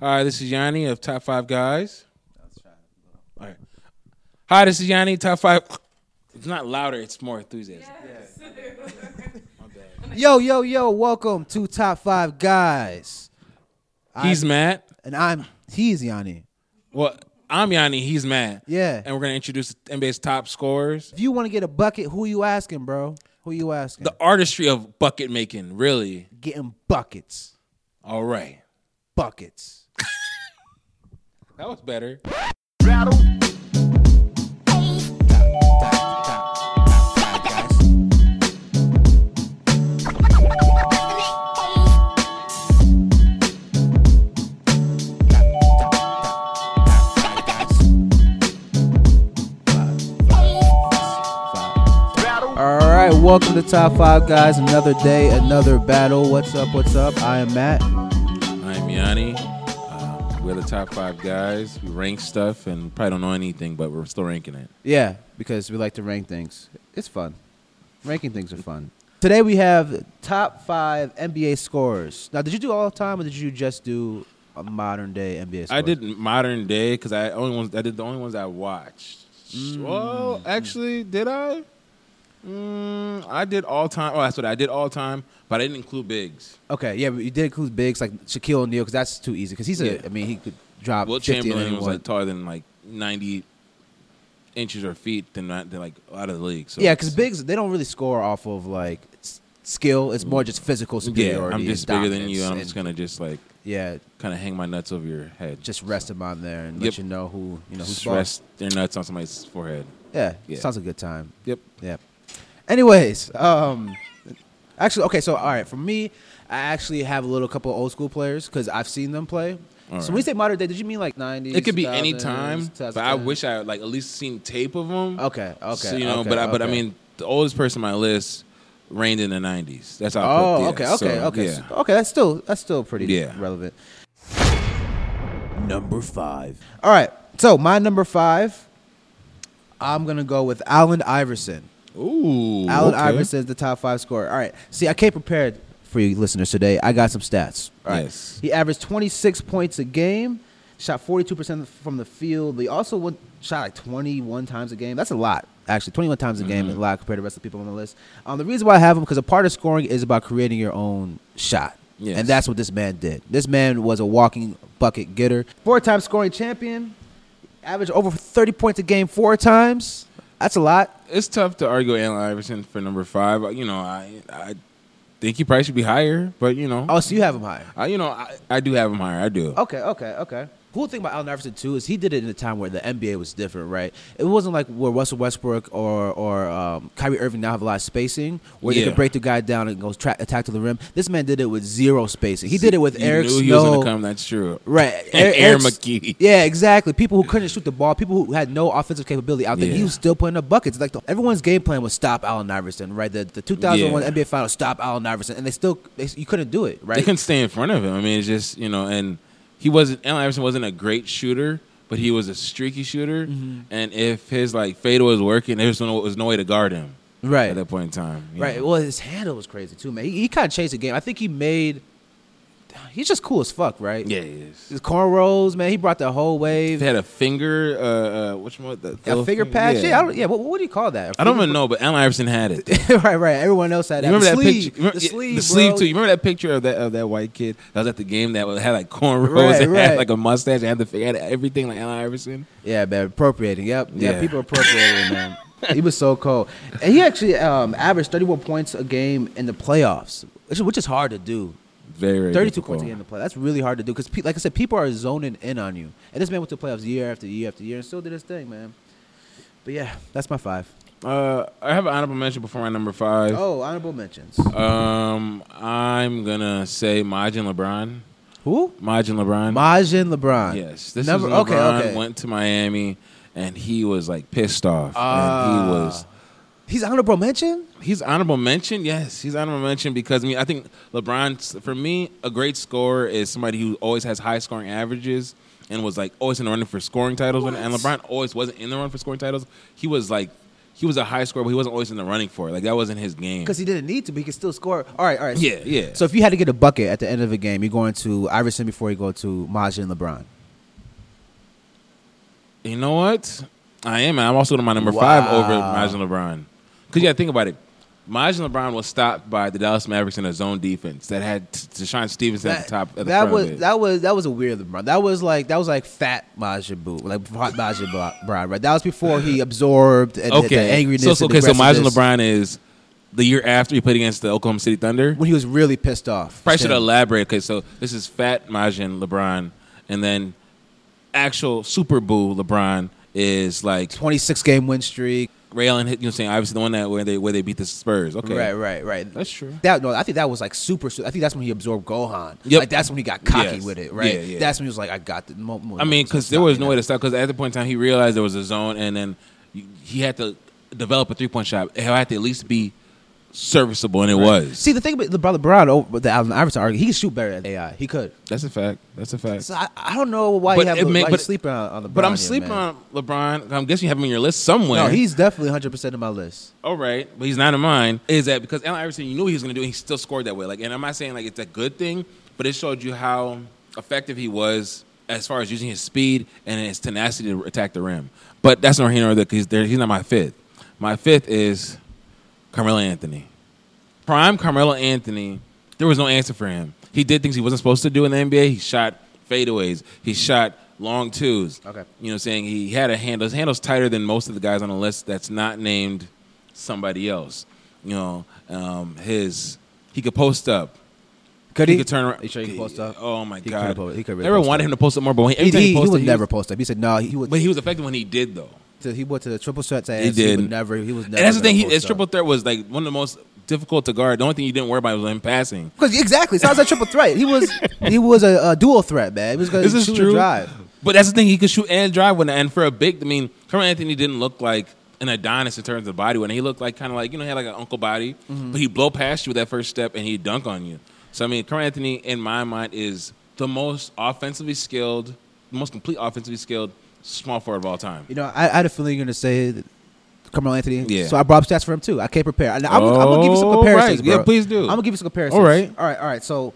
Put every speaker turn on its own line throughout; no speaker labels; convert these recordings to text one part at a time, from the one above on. Hi, this is Yanni of Top Five Guys. All right. Hi, this is Yanni, Top Five. It's not louder, it's more enthusiasm.
Yo, yo, yo, welcome to Top 5 Guys.
He's mad.
And I'm, he's Yanni.
Well, I'm Yanni, he's mad.
Yeah.
And we're going to introduce NBA's top scorers.
If you want to get a bucket, who you asking, bro? Who you asking?
The artistry of bucket making, really.
Getting buckets.
All right.
Buckets.
That was better.
All right, welcome to Top 5 Guys. Another day, another battle. What's up, what's up? I am Matt.
I'm Yanni. Uh, we're the top five guys. We rank stuff and probably don't know anything, but we're still ranking it.
Yeah, because we like to rank things. It's fun. Ranking things are fun. Today we have top five NBA scorers. Now, did you do all time, or did you just do a modern day NBA? Scorers?
I did modern day because I only ones I did the only ones I watched.
Mm.
Well, actually, did I? Mm, I did all time. Oh, that's what I did all time, but I didn't include bigs.
Okay, yeah, but you did include bigs like Shaquille O'Neal because that's too easy. Because he's a, I
Yeah.
mean, he could drop.
Will
50 in
Chamberlain was
anyone.
like taller than like ninety inches or feet than not than like out of the league. So
yeah, because bigs they don't really score off of like s- skill. It's more just physical
yeah,
superiority.
I'm
and
just bigger than you,
dominance
and I'm
and-
just gonna just like
yeah,
kind of hang my nuts over your head.
just rest him on there and
Yep.
let you know who you know who's
Just
boss.
rest their nuts on somebody's forehead.
Yeah,
Yeah.
sounds like a good time.
Yep.
Yeah. Anyways, um, actually, okay, so all right, for me, I actually have a little couple old school players because I've seen them play.
All
so
right.
when you say modern day, did you mean like nineties?
It could be any time, but I wish I had, like at least seen tape of them.
Okay, okay,
So, you know,
okay,
but I, but I
okay.
mean, the oldest person on my list reigned in the '90s. That's how. I put,
Oh,
yeah,
okay,
so,
okay, okay,
yeah.
So- okay. That's still that's still pretty
Yeah.
relevant.
Number five.
All right, so my number five, I'm gonna go with Allen Iverson.
Ooh,
Allen
okay.
Iverson is the top five scorer. All right. See, I came prepared for you listeners today. I got some stats. All right.
Yes.
He averaged 26 points a game, shot 42% from the field. He also went, shot like 21 times a game. That's a lot, actually. 21 times a game is
Mm-hmm.
a lot compared to the rest of the people on the list. Um, the reason why I have him, because a part of scoring is about creating your own shot.
Yes.
And that's what this man did. This man was a walking bucket getter. Four time scoring champion, averaged over 30 points a game four times. That's a lot.
It's tough to argue with Allen Iverson for number five. Uh, You know, I I think he probably should be higher, but you know,
Oh, so you have him high.
I, you know, I, I do have him higher. I do.
Okay, okay, okay. Cool thing about Allen Iverson too is he did it in a time where the NBA was different, right? It wasn't like where Russell Westbrook or or um, Kyrie Irving now have a lot of spacing where they
Yeah.
could break the guy down and go tra- attack to the rim. This man did it with zero spacing. He did it with
You
Eric
knew
Snow,
he was gonna come. That's true.
right?
And
Eric-
Aaron
Eric's-
McKee.
Yeah, exactly. People who couldn't shoot the ball, people who had no offensive capability out there, he
Yeah.
was still putting up buckets. Like the, everyone's game plan was stop Allen Iverson, right? The, the 2001
Yeah.
NBA Finals, stop Allen Iverson, and they still they, you couldn't do it, right?
They couldn't stay in front of him. I mean, it's just you know, and he wasn't. Allen Iverson wasn't a great shooter, but he was a streaky shooter.
Mm-hmm.
And if his like fadeaway was working, there was no, was no way to guard him.
Right.
at that point in time. you
Right.
know.
Well, his handle was crazy too, man. He, he kind of changed the game. I think he made. He's just cool as fuck, right?
Yeah, he is.
His cornrows, man. He brought the whole
If
wave.
he had a finger, uh, uh, which one? The, the
A
little
figure
finger?
patch. Yeah. I don't, yeah. What, what do you call that? A
I don't
finger
even know, but Allen Iverson had it. You
pa- right. Right. Everyone else had that.
remember
the
that
sleeve,
picture? Remember-
the
yeah,
sleeve.
the sleeve
bro.
too. You remember that picture of that of that white kid that was at the game that was- had like cornrows
Right,
and
right.
had like a mustache and had the fig- had everything like Allen Iverson.
Yeah, man. Appropriating. Yep. Yeah.
Yeah.
people appropriating, man. He was so cold, and he actually um, averaged 31 points a game in the playoffs, which, which is hard to do.
Very, very
32
difficult.
points a game to play. That's really hard to do because, pe- like I said, people are zoning in on you. And this man went to playoffs year after year after year and still did his thing, man. But yeah, that's my five.
Uh, I have an honorable mention before my number five.
Oh, honorable mentions.
Um, I'm gonna say Majin LeBron.
Who?
Majin LeBron.
Majin LeBron.
yes, this
Number-
is LeBron
okay, okay.
went to Miami, and he was like pissed off, and
Ah.
he was.
He's honorable mention.
He's honorable mention. Yes, he's honorable mention because I mean I think LeBron for me a great scorer is somebody who always has high scoring averages and was like always in the running for scoring titles. And LeBron always wasn't in the run for scoring titles. He was like he was a high scorer, but he wasn't always in the running for it. Like that wasn't his game.
Because he didn't need to, but he could still score. All right, all right.
Yeah, yeah.
So if you had to get a bucket at the end of a game, you're going to Iverson before you go to Maja and LeBron.
You know what? I am. and I'm also my number five
Wow.
over Majin LeBron. Because yeah, think about it. Majin LeBron was stopped by the Dallas Mavericks in a zone defense that had T- Deshaun Stevenson at the top. At the
that
front
was
of it.
that was that was a weird LeBron. That was like that was like fat Maja Boo, like hot Maja LeBron, right? That was before he absorbed and the, the angriness.
So, so
and the
okay, so Majin
aggressiveness
LeBron is the year after he played against the Oklahoma City Thunder.
when he was really pissed off.
Probably should
Shit.
elaborate. Okay, so this is Fat Majin LeBron, and then actual Super Boo LeBron is like
26 game win streak.
Raylan. You know, what I'm saying obviously the one that where they where they beat the Spurs. Okay,
Right, right, right.
That's true.
That no, I think that was like super. I think that's when he absorbed Gohan.
Yep.
Like that's when he got cocky
Yes.
with it, right?
Yeah, yeah.
That's when he was like, I got the. Mo- mo-
I mean,
mo-
because there was no way to stop. Because at the point in time, he realized there was a zone, and then he had to develop a three point shot. It had to at least be serviceable, and it was.
See the thing about LeBron, LeBron over the Allen Iverson argument, he could shoot better than AI. He could.
That's a fact. That's a fact.
So I, I don't know why
But
you have
it
Le-
may-
why
but-
you sleeping on, on LeBron.
But I'm
here,
sleeping
man.
on LeBron. I'm guessing you have him on your list somewhere.
No, he's definitely 100 percent on my list.
all right, but he's not in mine. Is that because Allen Iverson? You knew he was going to do, it, and he still scored that way. Like, and I'm not saying like it's a good thing, but it showed you how effective he was as far as using his speed and his tenacity to attack the rim. But that's not here nor there because he's not my fifth. My fifth is Carmelo Anthony. Prime Carmelo Anthony. There was no answer for him. He did things he wasn't supposed to do in the NBA. He shot fadeaways. He shot long twos.
Okay.
You know, what I'm saying he had a handle. His handle's tighter than most of the guys on the list that's not named somebody else. You know, um, his he could post up.
Could
He,
he?
could turn around.
He sure he could post up.
Oh my
He
god!
could po- he could really
Everyone
post
wanted
up.
him to post up more, but when, every
He,
time
he,
he, posted,
would
he
never
Was,
post up. He said no. He would.
but he was effective when he did though.
to, he went to the triple threats. And
He
He
did.
would never. He was never.
And that's the thing. He,
gonna
his
post up.
triple threat was like one of the most difficult to guard. The only thing you didn't worry about was him passing.
Because exactly, so I was a triple threat. He was he was a, a dual threat, man. He was going
This
to
is
shoot and
true.
drive.
But that's the thing. He could shoot and drive when, and for a big, I mean, Carmelo Anthony didn't look like an Adonis in terms of body. When he looked like kind of like you know he had like an uncle body,
Mm-hmm.
but he blow past you with that first step and he dunk on you. So I mean, Carmelo Anthony in my mind is the most offensively skilled, the most complete offensively skilled small forward of all time.
You know, I, I had a feeling you're going to say that Carmelo Anthony.
Yeah.
So I brought up stats for him too. I can't prepare. And I'm, I'm gonna give you some
Oh,
comparisons.
right. Yeah,
bro.
please do.
I'm gonna give you some comparisons.
All right.
all right, all right. So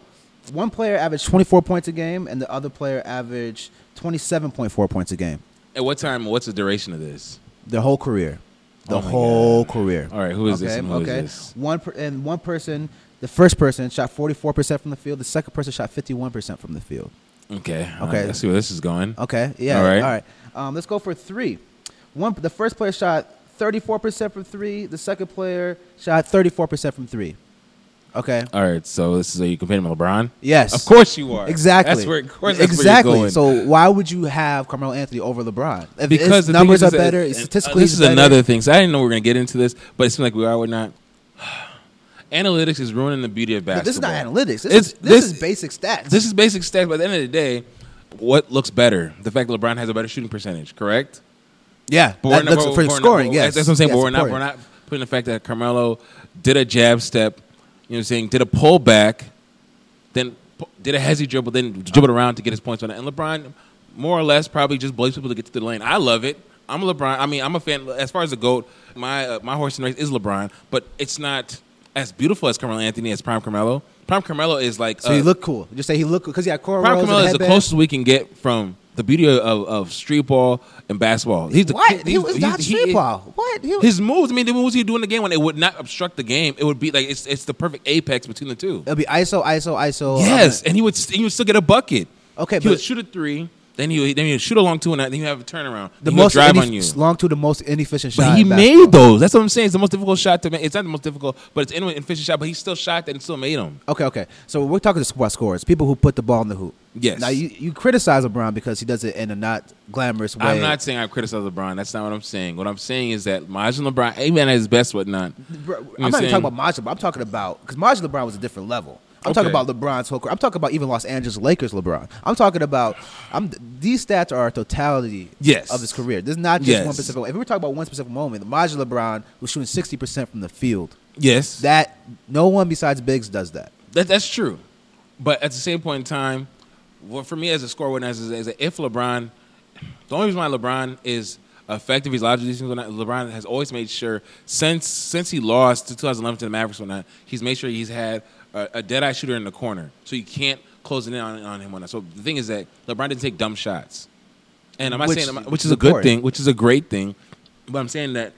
one player averaged 24 points a game, and the other player averaged 27.4 points a game.
At what time? What's the duration of this?
Their whole career, the
Oh my
whole
God.
career.
All right, who is this and who is this?
One per, and one person. The first person shot 44 percent from the field. The second person shot 51 percent from the field.
Okay. Okay.
Okay.
let's see where this is going.
Okay. Yeah.
All
All
right.
right. All right. Um, let's go for three. One. The first player shot 34% from three. The second player shot 34% from three. Okay.
All right. So this is are you comparing him to LeBron?
Yes.
Of course you are.
Exactly.
That's where. Of course. That's
exactly.
Where you're going.
so why would you have Carmelo Anthony over LeBron? If
because
his
the thing
numbers
is,
are
is that-
better.
and, uh,
statistically,
this
he's
is
better.
another thing. So I didn't know we were gonna get into this, but it seemed like we are. We're not. Analytics is ruining the beauty of
But
basketball.
This is not analytics. This,
It's-
is, this,
this-
is basic stats.
This is basic stats. But at the end of the day, what looks better? The fact that LeBron has a better shooting percentage, correct?
yeah.
But
that
we're not-
looks-
we're-
for
we're not-
scoring,
we're-
yes.
that's what I'm saying.
Yes,
but we're not.
important.
We're not putting the fact that Carmelo did a jab step. You know, what I'm saying did a pullback, then pu- did a hezzy dribble, then dribbled around to get his points on it. And LeBron, more or less, probably just believes people to get to the lane. I love it. I'm a LeBron. I mean, I'm a fan. As far as the goat, my uh, my horse and race is LeBron, but it's not as beautiful as Carmelo Anthony as prime Carmelo. Prime Carmelo is like
So
uh,
he looked cool. Just say he looked cool because he had cornrows.
Prime
and
Carmelo is the
headbands.
closest we can get from the beauty of, of street ball and basketball. He's the
What? He
he's-
was
he's-
not
he-
street ball. What? He was-
His moves, I mean, the moves he do in the game when it would not obstruct the game, it would be like it's it's the perfect apex between the two.
It'll be ISO, ISO, ISO.
Yes, and he would st- he would still get a bucket.
Okay,
he would
but-
shoot a three, then he would, then he would shoot a long two, and then you have a turnaround.
the
then
most
he would drive
ineff-
on you.
long to the most inefficient shot.
But he
in basketball.
made those. That's what I'm saying. It's the most difficult shot to make. It's not the most difficult, but it's an efficient shot. But he still shot that and still made them.
Okay, okay. So we're talking about scores, people who put the ball in the hoop.
Yes.
Now you, you criticize LeBron because he does it in a not glamorous way.
I'm not saying I criticize LeBron. That's not what I'm saying. What I'm saying is that Majin LeBron, even at his best, whatnot.
Bro, I'm
You know what
not even
saying?
talking about Maj. LeBron. I'm talking about because Maj LeBron was a different level. I'm talking
Okay.
about LeBron's whole. career. I'm talking about even Los Angeles Lakers LeBron. I'm talking about. I'm these stats are a totality
Yes.
of his career. This is not just
Yes.
one specific. If we were talking about one specific moment, the Maj LeBron was shooting 60 percent from the field.
yes.
That no one besides Biggs does that.
That, that's true. But at the same point in time, well, for me as a score witness, is, is that if LeBron, the only reason why LeBron is effective. He's logical. These things. whatnot. LeBron has always made sure since since he lost to 2011 to the Mavericks, whatnot, he's made sure he's had a, a dead eye shooter in the corner, so you can't close it in on, on him. Whatnot. So the thing is that LeBron didn't take dumb shots, and I'm not
Which
saying I'm-
is
which is a good
important.
thing, which is a great thing, but I'm saying that.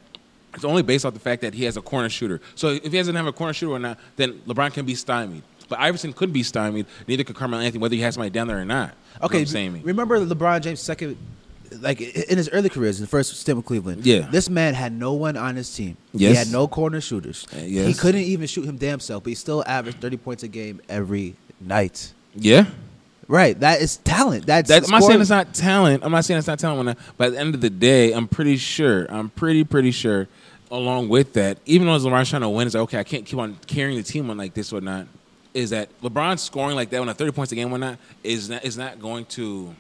It's only based off the fact that he has a corner shooter. So if he doesn't have a corner shooter or not, then LeBron can be stymied. But Iverson could be stymied. Neither could Carmelo Anthony, whether he has somebody down there or not.
Okay,
You know what I'm saying?
remember LeBron James' second, like i- in his early careers, in the first stint with Cleveland.
Yeah.
this man had no one on his team. he
Yes.
had no corner shooters.
Uh, yes.
he couldn't even shoot him damn self, but he still averaged thirty points a game every night.
yeah.
Right, that is talent. That's
That's, I'm not saying
scoring.
it's not talent. I'm not saying it's not talent. When I, but at the end of the day, I'm pretty sure. I'm pretty pretty sure. Along with that, even though LeBron's trying to win, it's like okay, I can't keep on carrying the team on like this or not. Is that LeBron scoring like that when a 30 points a game or not is not is not going to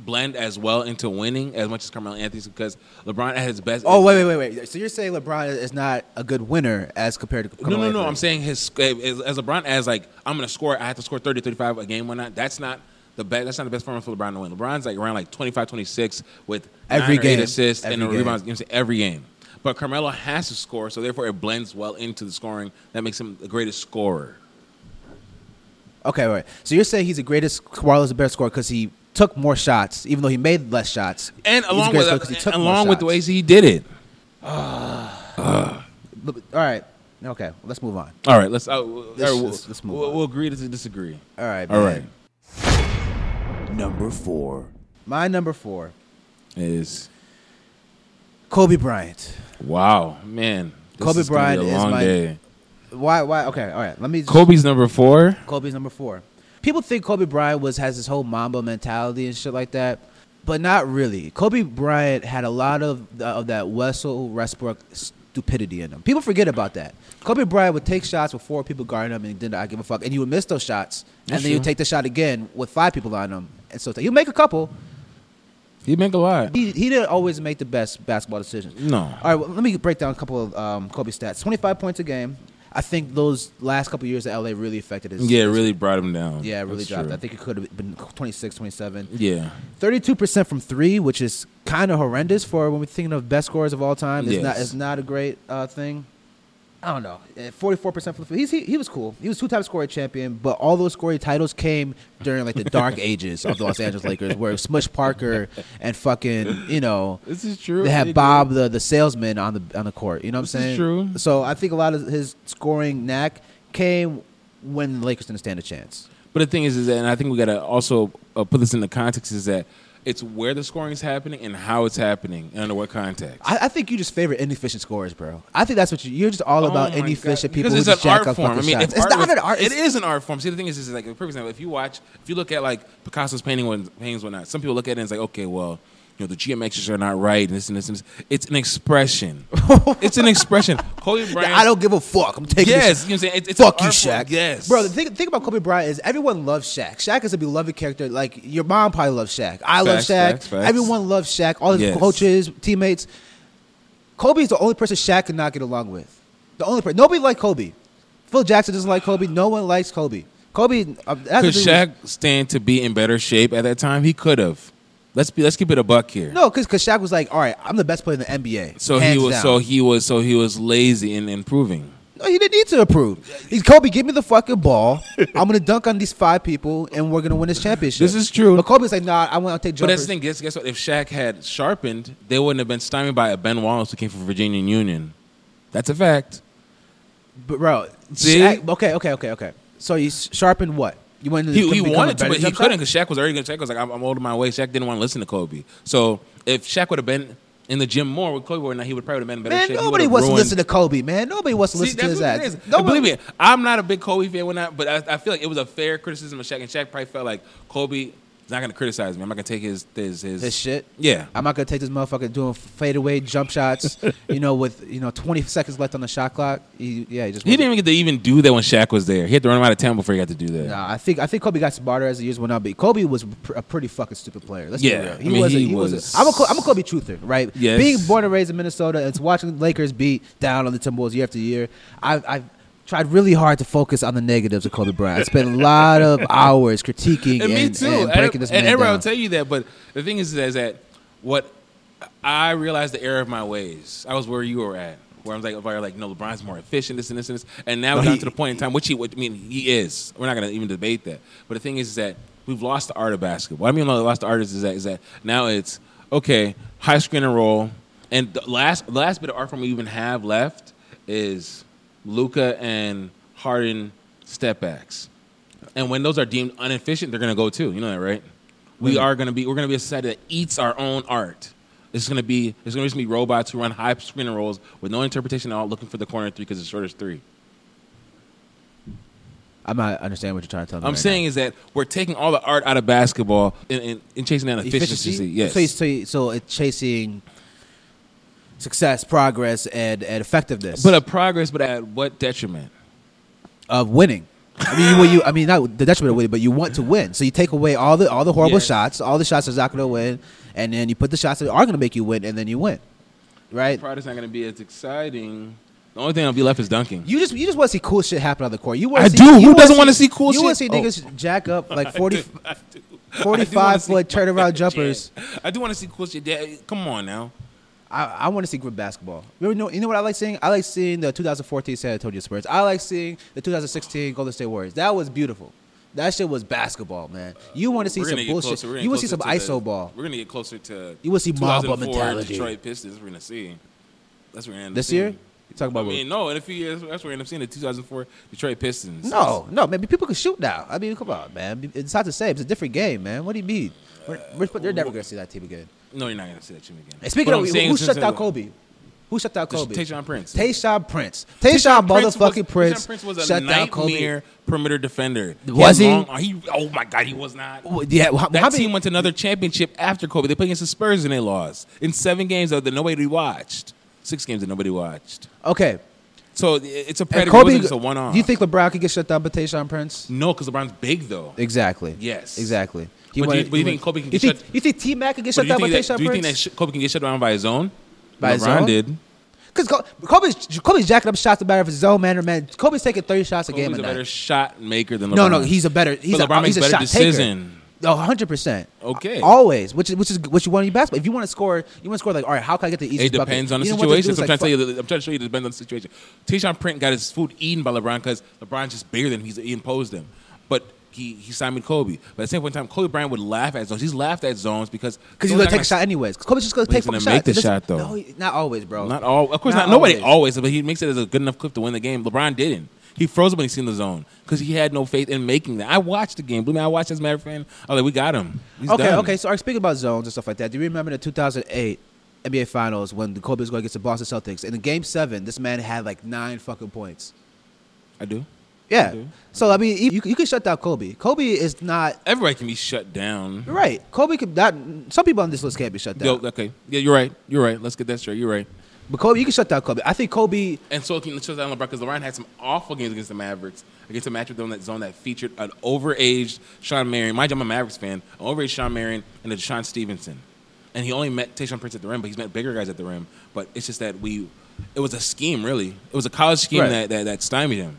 blend as well into winning as much as Carmelo Anthony's because LeBron at his best.
Oh wait, wait, wait, wait. So you're saying LeBron is- is not a good winner as compared to
No, no,
Carmelo
no.
Anthony.
I'm saying his eh, as as LeBron as like I'm gonna score. I have to score 30, 35 a game. Why not? That's not the best. That's not the best formula for LeBron to win. LeBron's like around like 25, 26 with
Every
nine or eight
game.
assists and
Every
a
game.
rebounds. You know, what I'm saying? every game. But Carmelo has to score, so therefore it blends well into the scoring. That makes him the greatest scorer.
Okay, right. So you're saying he's the greatest Carmelo's the best scorer because he took more shots, even though he made less shots.
And
He's the
along
greatest
with
scorer 'cause he took more
along with the
shots.
ways he did it.
Look, all right. Okay, let's move on.
All right, let's. Uh,
Let's-
all right, we'll,
let's- let's move
we'll,
on.
we'll agree to disagree.
All right.
All
man.
right,
Number four.
My number four,
it is
Kobe Bryant.
wow, man. This
Kobe
is gonna be
Bryant
a
is
long
my-
day.
Why? Why? Okay. All right. Let me. Just,
Kobe's number four.
Kobe's number four. People think Kobe Bryant was has this whole Mamba mentality and shit like that, but not really. Kobe Bryant had a lot of the, of that Wessel Westbrook stupidity in him. People forget about that. Kobe Bryant would take shots with four people guarding him and did not give a fuck, and you would miss those shots, and
That's
then you
true.
take the shot again with five people on him, and so you make a couple.
He make a lot.
He he didn't always make the best basketball decisions.
No.
All right, well, let me break down a couple of um, Kobe stats. 25 points a game. I think those last couple years at LA really affected his.
Yeah, it really brought him down.
Yeah, it really
That's
dropped.
true.
I think it could have been 26, 27.
Yeah,
32% from three, which is kind of horrendous for when we're thinking of best scorers of all time. It's, not,
Yes.
it's not a great uh, thing. I don't know. Uh, 44% from the field. He's, he, he was cool. He was two-time scoring champion, but all those scoring titles came during like the dark ages of the Los Angeles Lakers where Smush Parker and fucking, you know,
this is true.
they
It-
had Bob the, the salesman on the on the court. You know what
This
I'm
is
saying?
true.
So I think a lot of his scoring knack came when the Lakers didn't stand a chance.
But the thing is, is that, and I think we gotta also uh, put this into context: is that it's where the scoring is happening and how it's happening and under what context.
I, I think you just favor inefficient scorers, bro. I think that's what you, you're just all
Oh
about
my
inefficient
God.
people
Because
who
it's
just
an
jack
art
up
form. I
fucking
mean,
shots.
if
It's
art
not
was-
an art.
It
it's-
is an art form. See, the thing is, is like for example, if you watch, if you look at like Picasso's painting when paintings whatnot, some people look at it and it's like, okay, well, you know, the geometrics are not right, and this and this and this. It's an expression. it's an expression. Kobe Bryant.
I don't give a fuck. I'm taking this
Yes, you know what I'm saying. It's, it's an
Fuck you,
art form.
Shaq.
Yes,
bro. The thing, thing about Kobe Bryant is everyone loves Shaq. Shaq is a beloved character. Like your mom probably loves Shaq. I love
Facts,
Shaq.
facts, facts.
Everyone loves Shaq. All his
Yes.
coaches, teammates. Kobe is the only person Shaq could not get along with. The only person. Nobody liked Kobe. Phil Jackson doesn't like Kobe. No one likes Kobe. Kobe. Uh, that's
Could
the dude-
Shaq stand to be in better shape at that time? He could have. Let's be. Let's keep it a buck here.
No, because Shaq was like, all right, I'm the best player in the NBA.
So he
hands
was.
down."
So he was. So he was lazy in improving.
No, he didn't need to approve. He's Kobe. Give me the fucking ball. I'm gonna dunk on these five people, and we're gonna win this championship.
This is true.
But Kobe's like, nah, I want to take
But
jumpers.
that's the thing. Guess, guess what? If Shaq had sharpened, they wouldn't have been stymied by a Ben Wallace who came from Virginia Union. That's a fact.
But bro,
See?
Shaq, okay, okay, okay, okay. So you s- sharpened what? You went.
He, he wanted to, but he couldn't because Shaq was already going to Shaq was like, I'm, I'm old in my way. Shaq didn't want to listen to Kobe. So if Shaq would have been in the gym more with Kobe, right now, he would probably have been in better
Man,
shape. He
nobody
would've
wants to
ruined-
listen to Kobe. Man, nobody wants to
See,
listen to his
that's
ass.
what it is.
Nobody-
Believe me, I'm not a big Kobe fan, when I, but I, I feel like it was a fair criticism of Shaq, and Shaq probably felt like Kobe is not going to criticize me. I'm not going to take his his his,
This shit.
Yeah,
I'm not gonna take this motherfucker doing fadeaway jump shots. you know, with you know 20 seconds left on the shot clock. He, yeah, he just
he
wasn't-
didn't even get to even do that when Shaq was there. He had to run him out of town before he got to do that.
Nah, I think I think Kobe got smarter as the years went on. But Kobe was pr- a pretty fucking stupid player. Let's
Yeah,
be real.
I mean,
wasn't-
he
wasn't-
was-
I'm a Ko- I'm a Kobe truther, right?
Yes.
Being born and raised in Minnesota, it's watching Lakers beat down on the Timberwolves year after year. I've, I've tried really hard to focus on the negatives of Kobe Bryant. I spent a lot of hours critiquing and,
and me too.
and breaking this
and
man
everyone
down.
will tell you that, but the thing is, is that what I realized the error of my ways. I was where you were at, where I was like, if I were like, no, LeBron's more efficient, this and this and this. And now we're
No,
down
he-
to the point in time, which he, would- I mean, he is. We're not going to even debate that. But the thing is that we've lost the art of basketball. I mean, we lost the art is that, is that now it's, okay, high screen and roll. And the last, last bit of art form we even have left is Luca and Harden step backs. And when those are deemed inefficient, they're going to go too. You know that, right? We are going to be we're going to be a society that eats our own art. It's going to be it's going to be robots who run high screen and rolls with no interpretation at all, looking for the corner three because it's shortest three.
I'm not understanding what you're trying to tell me.
I'm
right
saying
now.
is that we're taking all the art out of basketball and, and, and chasing that efficiency. Yes.
So, you- so, you- so it's chasing success, progress, and, and effectiveness
but a progress, but at what detriment?
of winning. I mean, you, well, you, I mean, not the detriment of winning, but you want to win. So you take away all the all the horrible
Yes.
shots, all the shots that's not going to win, and then you put the shots that are going to make you win, and then you win, right?
Product's not going to be as exciting. The only thing that'll be left is dunking.
You just you just want to see cool shit happen on the court. You want
I
to see,
do.
You
Who
wanna
doesn't wanna see cool
You want to see
shit? Oh.
niggas jack up like 40,
I do. I do wanna
45
see
foot turnaround
Kawhi
jumpers.
Jam. I do want to see cool shit. Yeah, Come on now.
I, I want to see good basketball. You know, you know what I like seeing? I like seeing the 2014 San Antonio Spurs. I like seeing the 2016 Golden State Warriors. That was beautiful. That shit was basketball, man. You want to see
We're
some
gonna get
bullshit.
closer. We're gonna
You want
get
to see some
closer
ISO
the-
ball.
We're gonna get closer to.
You will see Mamba
2004
mentality.
Detroit Pistons. We're gonna see. That's where we're gonna end up
This
seeing.
year? You talking about
Mm. I
what-
mean, no. In a few years, that's where we're gonna see the 2004 Detroit Pistons.
No, no, maybe people can shoot now. I mean, come on, man. It's not the same. It's a different game, man. What do you mean? We're, we're, they're never gonna see that team again.
no, you're not gonna see that team again.
And speaking
What
of
I'm saying
who
is
shut
since-
down Kobe, who shut down
Just
Kobe?
Tayshaun Prince.
Tayshawn Prince. Tayshawn
Prince was-
motherfucking Prince.
Tayshaun Prince was a
shut down Kobe.
nightmare perimeter defender. had
Was he?
long- he? Oh my God, he was not.
Well, Yeah, well, how,
That
how many-
team went to another championship after Kobe. They played against the Spurs and they lost in seven games that nobody watched. Six games that nobody watched.
Okay,
So it- it's a
And
predator.
Kobe,
Kobe, just a one-off.
do you think LeBron could get shut down by Tayshaun Prince?
No, because LeBron's big though.
Exactly.
Yes.
Exactly.
But do
wanted-
you- but you think Kobe can
you
get
think,
shut-
You think T Mac can
But
get shut
do you
down by
think
Tayshawn
that, do you think that
Prince?
sh- Kobe can get shut down by his own?
By
LeBron
his own?
did.
Because Kobe's Kobe's jacking up shots no matter if it's zone man or man. Kobe's taking thirty shots a game
Kobe's
a
a better
night.
shot maker than LeBron.
No, no, he's a better. He's
but
a,
LeBron makes
he's a
better
shot
decision.
taker. hundred percent.
Okay.
Always, which is which is what you want in your basketball. If you want to score, you want to score like, all right, how can I get the easiest?
It depends
bucket?
on the
You know what to do
situation.
is,
That's what I'm trying
like,
to tell you. I'm trying to show you it depends on the situation. Tayshawn Print got his food eaten by LeBron because LeBron's just bigger than him. He's, he imposed him. But he, he Simon Kobe. But at the same point in time, Kobe Bryant would laugh at zones. He's laughed at zones because
Because
zones
he's gonna take a
aren't
shot anyways. Because Kobe's just gonna
But he's
take fucking
gonna
shots.
make the
It doesn't-
shot, though.
No, he- not always, bro.
Not all, of course not. Nobody always, but he makes it as a good enough clip to win the game. LeBron didn't. He froze up when he seen the zone because he had no faith in making that. I watched the game. Believe me, I watched as a matter of fact. I was like, we got him. He's
okay,
done.
okay. So, all right, speaking about zones and stuff like that, do you remember the 2008 NBA Finals when the Kobe was going against the Boston Celtics? And in Game Seven, this man had like nine fucking points.
I do.
Yeah.
Mhm.
So I mean, you, you can shut down Kobe. Kobe is not
Everybody can be shut down.
you're right. Kobe could not. Some people on this list can't be shut
Yo,
down.
okay. Yeah, you're right. You're right. Let's get that straight. You're right.
But Kobe, you can shut down Kobe. I think Kobe.
And so can shut down LeBron because LeBron had some awful games against the Mavericks, against a matchup on that zone that featured an overaged Sean Marion. Mind you, I'm a Mavericks fan. An overaged Sean Marion and a Deshaun Stevenson. And he only met Tayshaun Prince at the rim, but he's met bigger guys at the rim. But it's just that we, it was a scheme, really. It was a college scheme
Right.
that, that, that stymied him.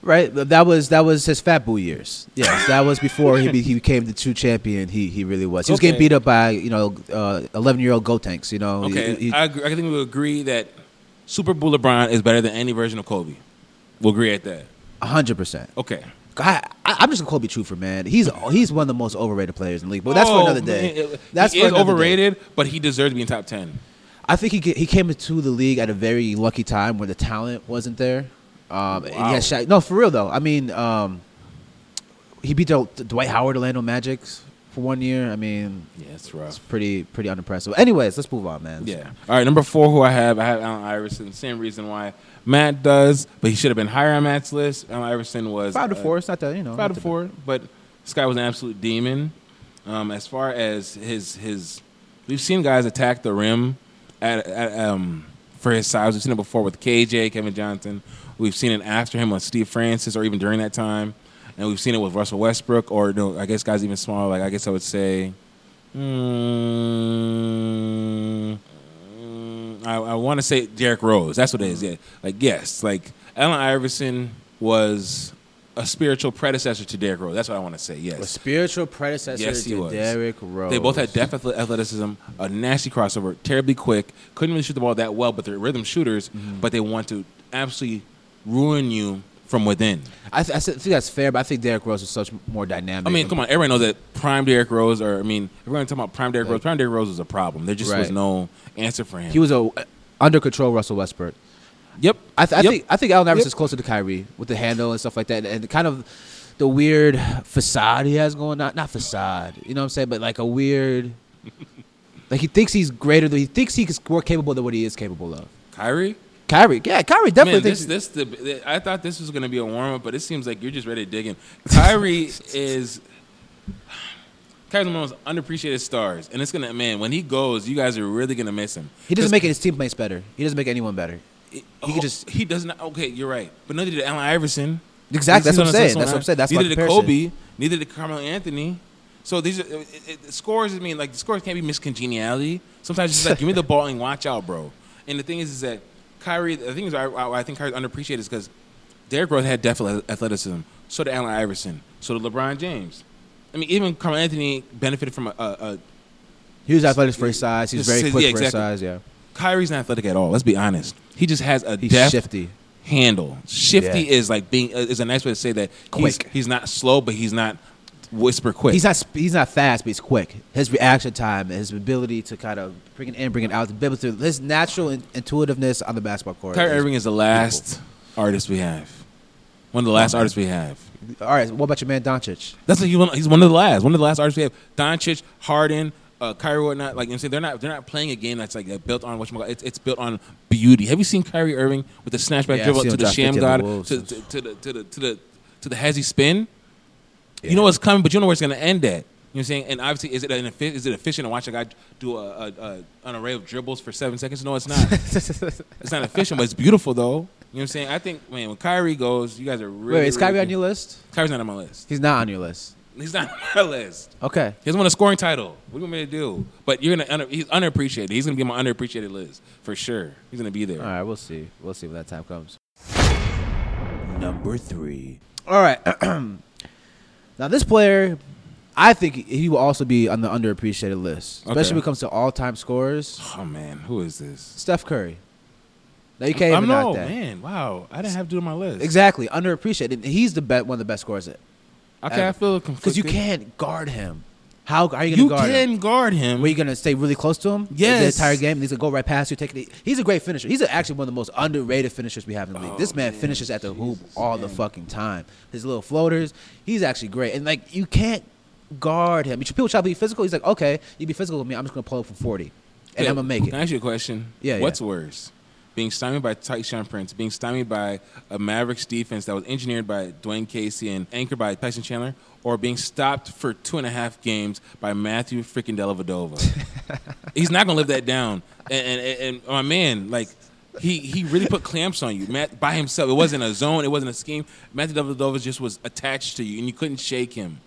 Right, but that was that was his Fat Boo years. Yes, that was before he, be, he became the true champion. He he really was. He was getting
Okay.
beat up by you know eleven year old Go Tanks. You know. He-
Okay,
he-
I, agree, I think we agree that Super Bowl LeBron is better than any version of Kobe. We'll agree at that.
a hundred percent.
Okay.
I, I, I'm just a Kobe Trooper, man. He's he's one of the most overrated players in the league. But that's for
Oh,
another day.
man, it-
That's
he
for
is
another day.
overrated, but he deserves to be in top 10.
I think he ca- he came into the league at a very lucky time where the talent wasn't there. Um, and he
Wow.
had Shaq. No, for real though. I mean, um, he beat the, the Dwight Howard Orlando Magic for one year. I mean,
Yeah, that's rough.
it's pretty pretty unimpressive. Anyways, let's move on, man.
Yeah. All right. Number four, who I have, I have Allen Iverson. Same reason why Matt does, but he should have been higher on Matt's list. Allen Iverson was
five to
uh,
four. It's not that you know.
five
not
to
that-
four. But this guy was an absolute demon. Um, as far as his his, we've seen guys attack the rim at, at um for his size. We've seen it before with KJ, Kevin Johnson. We've seen it after him with Steve Francis, or even during that time. And we've seen it with Russell Westbrook, or no, I guess guys even smaller. Like I guess I would say, mm, mm, I, I want to say Derrick Rose. That's what it is. Yeah, like yes, like Allen Iverson was a spiritual predecessor to Derrick Rose. That's what I want to say. Yes.
A spiritual predecessor
Yes, he
to
was.
Derrick Rose.
They both had depth athle- athleticism, a nasty crossover, terribly quick. Couldn't really shoot the ball that well, but they're rhythm shooters.
Mm-hmm.
But they want to absolutely ruin you from within.
I, th- I think that's fair, but I think Derrick Rose is such more dynamic.
I mean, come on, everyone knows that prime Derrick Rose, or I mean, if we're going to talk about prime Derrick Rose, prime Derrick Rose was a problem. There just was
Right.
no answer for him.
He was a uh, under control Russell Westbrook.
yep.
I, th- I
Yep.
think I think Allen Iverson
Yep.
is closer to Kyrie with the handle and stuff like that, and kind of the weird facade he has going on. Not facade, you know what I'm saying, but like a weird, like he thinks he's greater than he thinks he's more capable than what he is capable of.
Kyrie.
Kyrie, yeah, Kyrie definitely
Man,
thinks.
this this the, the- I thought this was going to be a warm up, but it seems like you're just ready to dig in. Kyrie is Kyrie's one of the most underappreciated stars, and it's gonna man when he goes, you guys are really gonna miss him.
he doesn't
Just-
make his teammates better. He doesn't make anyone better.
He
he could just-
he does not. Okay, you're right, but neither did Allen Iverson.
Exactly, that's what I'm saying.
someone
That's what I'm
else.
saying. That's my
neither did
comparison.
Kobe. Neither did Carmelo Anthony. So these are, it, it, it, scores. I mean, like the scores can't be miscongeniality. Sometimes it's just like give me the ball and watch out, bro. And the thing is, is that Kyrie. The thing is, I, I, I think Kyrie's underappreciated is because Derrick Rose had definite athleticism. So did Allen Iverson. So did LeBron James. I mean, even Carmelo Anthletic benefited from a, a, a
He was athletic for his size. He's
Just
very
his-
quick
yeah,
for his
exactly.
size. Yeah,
Kyrie's not athletic at all. Let's be honest. He just has a
he's
depth
shifty.
handle. Shifty
Yeah.
is like being uh, is a nice way to say that.
Quick.
He's, he's not slow, but he's not whisper quick.
He's not sp- he's not fast, but he's quick. His reaction time, his ability to kind of bring it in, bring it out, to be able to his natural in- intuitiveness on the basketball court.
Kyrie
is-
Irving is the last artist we have. One of the last artists we have.
All right, what about your man Doncic?
That's like he's one, he's one of the last. One of the last artists we have. Doncic, Harden, uh, Kyrie, whatnot. Like you know, what I'm saying? they're not they're not playing a game that's like that built on what it's it's built on beauty. Have you seen Kyrie Irving with the snatchback
Yeah, I've
dribble to
seen him
the
drop
sham
50 on the
god
Wolves.
to, to, to the to the to the to the hezzy spin? You know what's coming, but you don't know where it's going to end at. You know what I'm saying? And obviously, is it an effi- is it efficient to watch a guy do a, a, a, an array of dribbles for seven seconds? No, it's not. it's not efficient, but it's beautiful though. You know what I'm saying? I think man, when Kyrie goes, you guys are really.
Wait, is
really
Kyrie on
good.
your list?
Kyrie's not on my list.
He's not on your list.
He's not on my list.
Okay.
He hasn't won a scoring title. What do you want me to do? But you're gonna under, he's underappreciated. He's gonna be on my underappreciated list for sure. He's gonna be there.
All right, we'll see. We'll see when that time comes.
Number three.
All right. now this player, I think he will also be on the underappreciated list, especially
Okay.
when it comes to all-time scorers.
Oh man, who is this?
Steph Curry. Now you can't even
I'm
knock
no
that.
man. Wow, I didn't have to do my list.
Exactly, underappreciated. And He's the be- one of the best scorers
Okay, I feel conflicted.
because you can't guard him. How are you going
You
to guard him?
can guard him.
Were you gonna stay really close to him? the
Yes.
entire game. He's gonna go right past you. Take it. e-, He's a great finisher. He's actually one of the most underrated finishers we have in the league.
Oh,
this man, finishes at the hoop all the fucking time. His little floaters. He's actually great. And like you can't guard him. People try to be physical. He's like, okay, you be physical with me. I'm just gonna pull up from forty, and
Yeah,
I'm gonna make
Can I
it.
ask you a question?
Yeah, yeah.
What's worse, being stymied by Tyson Prince, being stymied by a Mavericks defense that was engineered by Dwayne Casey and anchored by Tyson Chandler, or being stopped for two and a half games by Matthew freaking Dellavedova? He's not gonna live that down. And, and, and, and my man, like. He, he really put clamps on you Matt, by himself. It wasn't a zone. It wasn't a scheme. Matthew Dellavedova just was attached to you, and you couldn't shake him.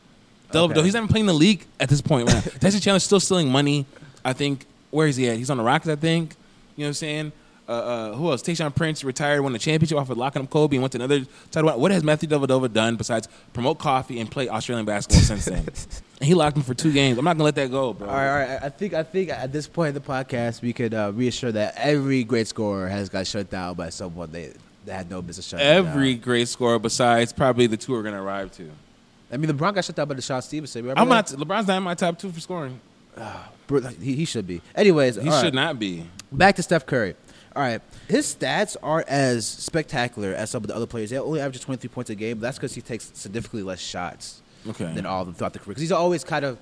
Dub,
Okay.
though. He's not even playing the league at this point. Right? Tyson Chandler's still stealing money. I think. Where is he at? He's on the Rockets, I think. You know what I'm saying? Uh, uh, who else? Tayshaun Prince retired, won the championship off of locking up Kobe, and went to another title. What has Matthew Dellavedova done besides promote coffee and play Australian basketball since then? And he locked him for two games. I'm not gonna let that go, bro.
All right, all right. I- I think I think at this point in the podcast, we could uh, reassure that every great scorer has got shut down by someone they, they had no business shutting down.
Every great scorer besides probably the two we're gonna arrive to.
I mean, LeBron got shut down by Deshaun Stevenson. Remember
I'm
that?
not. LeBron's not in my top two for scoring.
Bro, He, he should be. Anyways,
He should not be.
Back to Steph Curry. All right, his stats aren't as spectacular as some of the other players. They only average 23 points a game. but that's because he takes significantly less shots
Okay.
than all of them throughout the career. Because he's always kind of,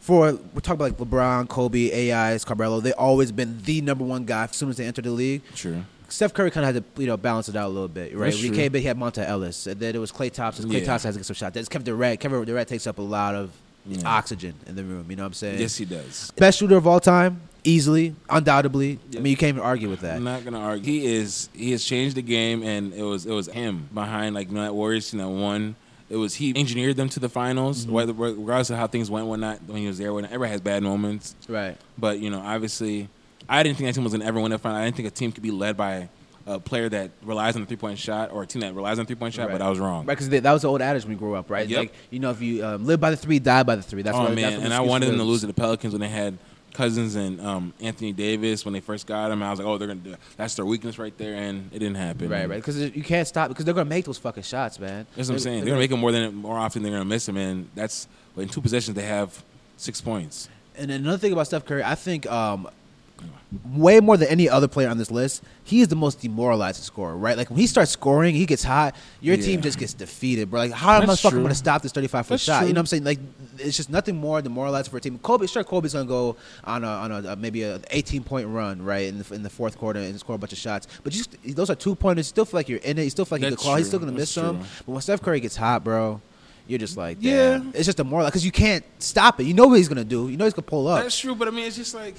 for we're talking about like LeBron, Kobe, AIs, Carmelo. They always been the number one guy as soon as they entered the league.
Sure.
Steph Curry kind of had to you know balance it out a little bit, right?
That's
When he
true.
came in, he had Monta Ellis, and then it was Clay Thompson. Clay
Yeah.
Thompson has to get some shots. Then it's Kevin Durant. Kevin Durant takes up a lot of
Yeah.
oxygen in the room. You know what I'm saying?
Yes, he does.
Best shooter of all time, easily, undoubtedly. I
Yeah.
mean, you can't even argue with that.
I'm not gonna argue. He is he has changed the game, and it was it was him behind like you know, that Warriors team that won. It was he engineered them to the finals,
Mm-hmm.
whether regardless of how things went, when not when he was there. When everybody has bad moments,
Right.
but you know, obviously, I didn't think that team was gonna ever win a final. I didn't think a team could be led by a player that relies on the three point shot or a team that relies on the three point shot, but I was wrong.
Right, because that was the old adage when we grew up, right? It's
Yep.
Like you know, if you um, live by the three, die by the three. That's
oh
what, that's
man,
what
and
the
I
excuse
wanted them to
was.
lose to the Pelicans when they had Cousins and um, Anthony Davis when they first got him. I was like, oh, they're gonna do it. that's their weakness right there, and it didn't happen.
Right, right, because you can't stop because they're gonna make those fucking shots, man.
That's what I'm
They're-
saying.
they're
They're gonna make him more than more often. They're gonna miss him, and that's in two possessions they have six points.
And another thing about Steph Curry, I think um, way more than any other player on this list, he is the most demoralizing scorer, right? Like when he starts scoring, he gets hot, your team
Yeah.
just gets defeated, bro. Like how am I
That's
fucking
true.
going to stop this 35 foot
That's
shot? You
true.
know what I'm saying? Like it's just nothing more demoralizing for a team. Kobe, sure, Kobe's going to go on a, on a, a- maybe a 18 point run, right, in the, in the fourth quarter and score a bunch of shots. But you st- those are two pointers. You still feel like you're in it. You still feel like you
That's
could call. He's
true.
still going to miss
That's
some.
true.
But when Steph Curry gets hot, bro, you're just like,
Yeah.
yeah, it's just a moral because you can't stop it. You know what he's gonna do. You know he's gonna pull up.
That's true, but I mean, it's just like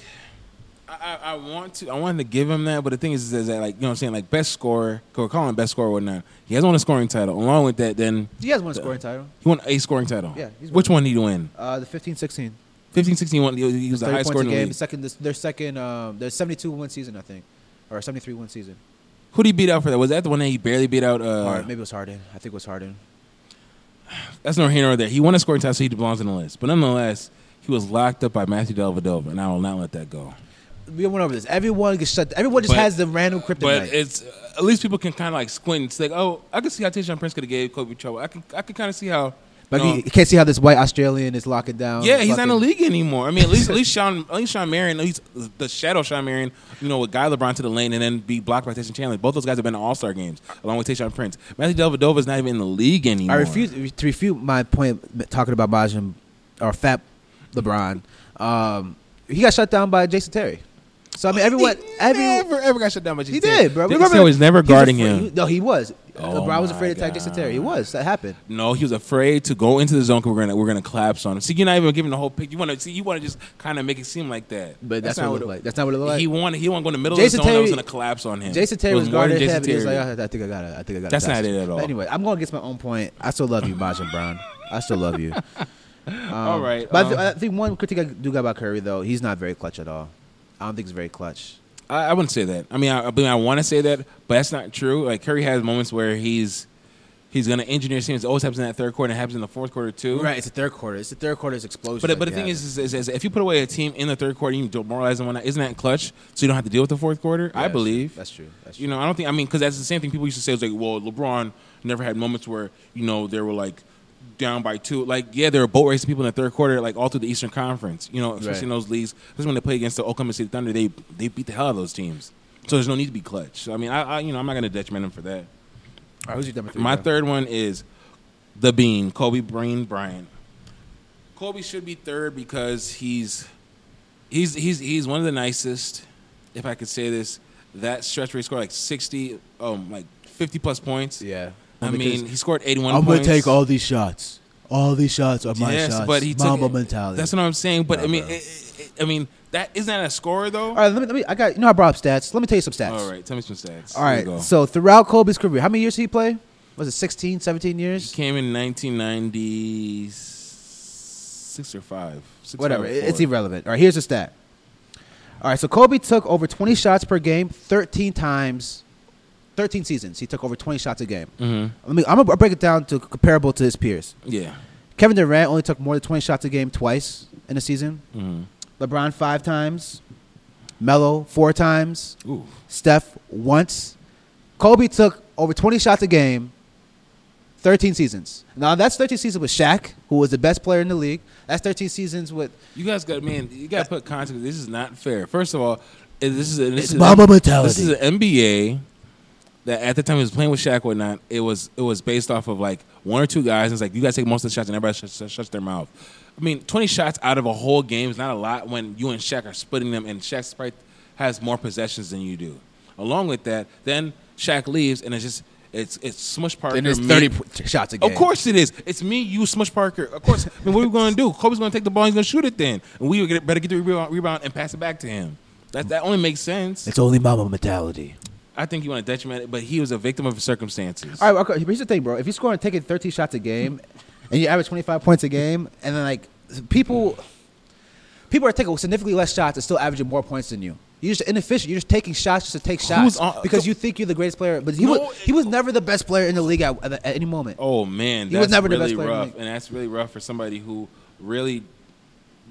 I, I, I want to, I wanted to give him that, but the thing is, is that like you know, what I'm saying like best scorer, we're calling him best scorer or whatnot. He has won a scoring title. Along with that, then
He has won a scoring title.
he won a scoring title.
Yeah, he's won.
which one did he win?
Uh, the 15 16.
15, 16, he won- He was the
30
highest
points
scorer
a
in the
game.
league.
Second, this, their second, um, their 72 win season, I think. Or 73 win season.
Who did he beat out for that? Was that the one that he barely beat out? Uh,
Or maybe it was Harden. I think it was Harden.
That's no here nor there. He won a scoring title, so he belongs on the list. But nonetheless, he was locked up by Matthew Dellavedova, and I will not let that go.
We went over this. Everyone gets shut. Everyone just
But-
has the random kryptonite.
But it's uh, at least people can kind of like squint. and say, like, oh, I can see how Tayshaun Prince could have gave Kobe trouble. I can, I can kind of see how.
But uh,
you know,
you can't see how this white Australian is locking down.
yeah, he's not in the
fucking-
league anymore. I mean, at least at least Sean, at least Sean Marion, at least the shadow Sean Marion, you know, with Guy LeBron to the lane and then be blocked by Tayshaun Chandler. Both those guys have been in All Star games along with Tayshaun Prince. Matthew Dellavedova is not even in the league anymore.
I refuse to refute my point talking about Bajan or Fat LeBron. Um, he got shut down by Jason Terry. So I mean, everyone,
He
everyone,
never ever got shut down by Jason
He
Tatum.
did, bro.
Jason
Remember,
Tatum was never
he
guarding
afraid-
him.
No, he was.
Oh
LeBron was
my
afraid to attack Jason
God.
Terry. He was. That happened.
No, he was afraid to go into the zone because we're gonna we're gonna collapse on him. See, you're not even giving the whole pick. You want to see, you want to just kind of make it seem like that.
But that's, not what it looked like. That's not what it looked like.
He wanted he wanted to go in the middle
Jason
of the zone. that was
Terry-
gonna collapse on him.
Jason Terry
It
was,
more than
guarded heavy. He was
Terry.
like, "Oh, I think I got it. I think I got it.
That's not
Pass
it at
But
all.
anyway, I'm gonna get my own point. I still love you, Bajan Brown. I still love you.
all right.
But I,
um,
th- I think one critique I do got about Curry though, he's not very clutch at all. I don't think he's very clutch.
I, I wouldn't say that. I mean, I, I mean, I want to say that, but that's not true. Like Curry has moments where he's he's gonna engineer scenes. It always happens in that third quarter. and It happens in the fourth quarter too.
Right. It's the third quarter. It's the third quarter's explosion.
But,
like
but the
they
thing
have.
is is, is, is if you put away a team in the third quarter, you demoralize them. and Whatnot, isn't that clutch? So you don't have to deal with the fourth quarter.
Yeah,
I believe
that's true. That's true.
You know, I don't think. I mean, because that's the same thing people used to say. It's like, well, LeBron never had moments where you know they were like down by two. Like, yeah, there were boat racing people in the third quarter, like all through the Eastern Conference. You know, especially
Right.
in those leagues, especially when they play against the Oklahoma City Thunder, they they beat the hell out of those teams. So there's no need to be clutch. So, I mean, I, I you know I'm not going to detriment them for that.
All right, who's your number three?
My
bro?
third one is the Bean, Kobe Brain Bryant. Kobe should be third because he's he's he's he's one of the nicest, if I could say this. That stretch where he scored like sixty, um, like fifty plus points.
Yeah.
I
Because
mean, he scored eighty-one.
I'm gonna
points.
take all these shots. All these shots are my
Yes,
shots.
but he took
Mamba
it.
mentality.
That's what I'm saying. But
Nah,
I mean,
bro.
it, it, it- I mean, that isn't that a scorer though?
All right, let me, let me. I got you know I brought up stats. Let me tell you some stats.
All right, tell me some stats.
All
Here we
right.
go.
So throughout Kobe's career, how many years did he play? Was it 16, 17
he
years?
came in 1996 or five, six,
Whatever.
five or
it- It's
four.
irrelevant. All right. Here's a stat. All right. So Kobe took over 20 shots per game 13 times, 13 seasons. He took over 20 shots a game.
Mhm.
Let me. I'm gonna break it down to comparable to his peers.
Yeah.
Kevin Durant only took more than 20 shots a game twice in a season.
hmm
Mm-hmm. LeBron five times. Melo four times.
Ooh.
Steph once. Kobe took over 20 shots a game, 13 seasons. Now, that's 13 seasons with Shaq, who was the best player in the league. That's 13 seasons with.
You guys got man. You got to put context. This is not fair. First of all, eh, this is a, this
It's
is
Mamba
a,
mentality.
This is an NBA that at the time he was playing with Shaq or not. It was it was based off of like one or two guys. And it's like you guys take most of the shots and everybody shuts, shuts- shuts their mouth. I mean, twenty shots out of a whole game is not a lot when you and Shaq are splitting them, and Shaq probably has more possessions than you do. Along with that, then Shaq leaves, and it's just it's it's Smush Parker.
And it's
me-
30 p- shots a game.
of course it is. It's me, you, Smush Parker. Of course. I mean, what are we going to do? Kobe's going to take the ball. He's going to shoot it then, and we get- better get the rebound, rebound and pass it back to him. That that only makes sense.
It's only mama mentality.
I think you want to detriment it, but he was a victim of his circumstances.
All right, okay, here's the thing, bro. If you're scoring, taking 13 shots a game, and you average 25 points a game, and then, like, people. People are taking significantly less shots and still averaging more points than you. You're just inefficient. You're just taking shots just to take shots
on-
because you think you're the greatest player, but he
No,
was he was never the best player in the league at, at any moment.
Oh man,
He
that's
was never the
really
best player in the
rough,
league.
and that's really rough for somebody who really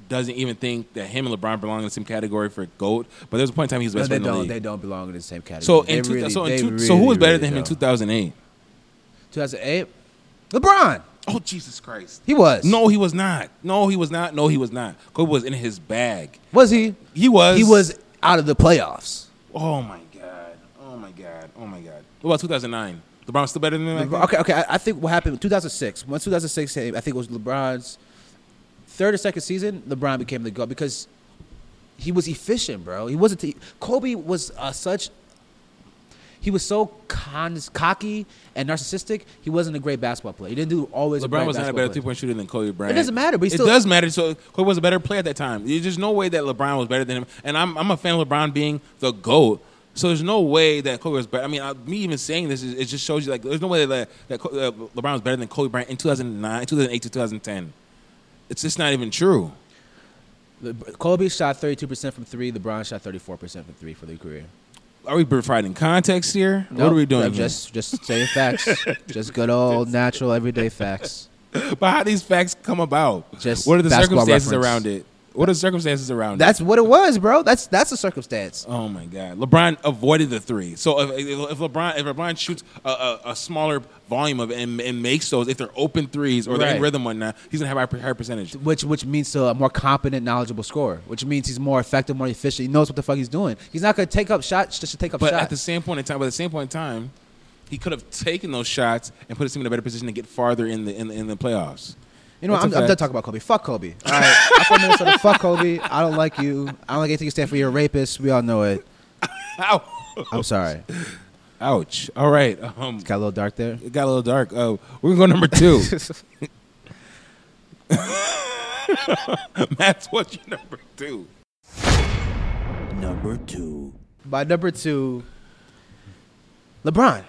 doesn't even think that him and LeBron belong in the same category for goat. But there's a point in time he was the
No,
best player
they
in the
don't.
league.
They don't belong in the same category.
so
They
in two,
really-
so in
they
two, so who was
really,
better
really
than him in
don't.
2008?
2008? LeBron.
Oh Jesus Christ!
He was.
No, he was not. No, he was not. No, he was not. Kobe was in his bag.
Was he?
He was.
He was out of the playoffs.
Oh my god. Oh my god. Oh my god. What about 2009? LeBron was still better than him. I think?
Okay, okay. I, I think what happened in 2006. Once 2006 came, I think it was LeBron's third or second season. LeBron became the GOAT because he was efficient, bro. He wasn't. T- Kobe was uh, such. He was so con- cocky and narcissistic. He wasn't a great basketball player. He didn't do always. a
LeBron
great
was not a
basketball
better
player.
three point shooter than Kobe Bryant.
doesn't matter, but he still-
it does matter. So Kobe was a better player at that time. There's just no way that LeBron was better than him. And I'm I'm a fan of LeBron being the goat. So there's no way that Kobe was better. I mean, I, me even saying this, is, it just shows you like there's no way that that Ko- uh, LeBron was better than Kobe Bryant in 2009, 2008 to 2010. It's just not even true.
Le- Kobe shot 32% from three. LeBron shot 34% from three for their career.
Are we providing context here? what
Nope,
are we doing?
I'm
here?
Just, just saying facts. just good old natural everyday facts.
But how these facts come about?
Just
what are the
basketball
circumstances
reference.
around it? What are the circumstances around it?
That's what it was, bro. That's that's a circumstance.
Oh my God! LeBron avoided the three. So if, if LeBron if LeBron shoots a, a, a smaller volume of it and, and makes those, if they're open threes or they're in
Right.
rhythm or not, he's gonna have a higher percentage.
Which which means to a more competent, knowledgeable scorer. Which means he's more effective, more efficient. He knows what the fuck he's doing. He's not gonna take up shots just to take up
But at the
shots.
same point in time, but at the same point in time, he could have taken those shots and put his team in a better position to get farther in the in the, in the playoffs.
you know, what?
That's
I'm,
a
I'm done
fact.
talking about Kobe. Fuck Kobe. All right, I'm from Minnesota. Fuck Kobe. I don't like you. I don't like anything you stand for. You're a rapist. We all know it.
Ow!
I'm sorry.
Ouch! All right, um,
Got a little dark there.
it got a little dark. Uh, we're gonna go number two. That's what's your number two?
Number two.
My number two, LeBron.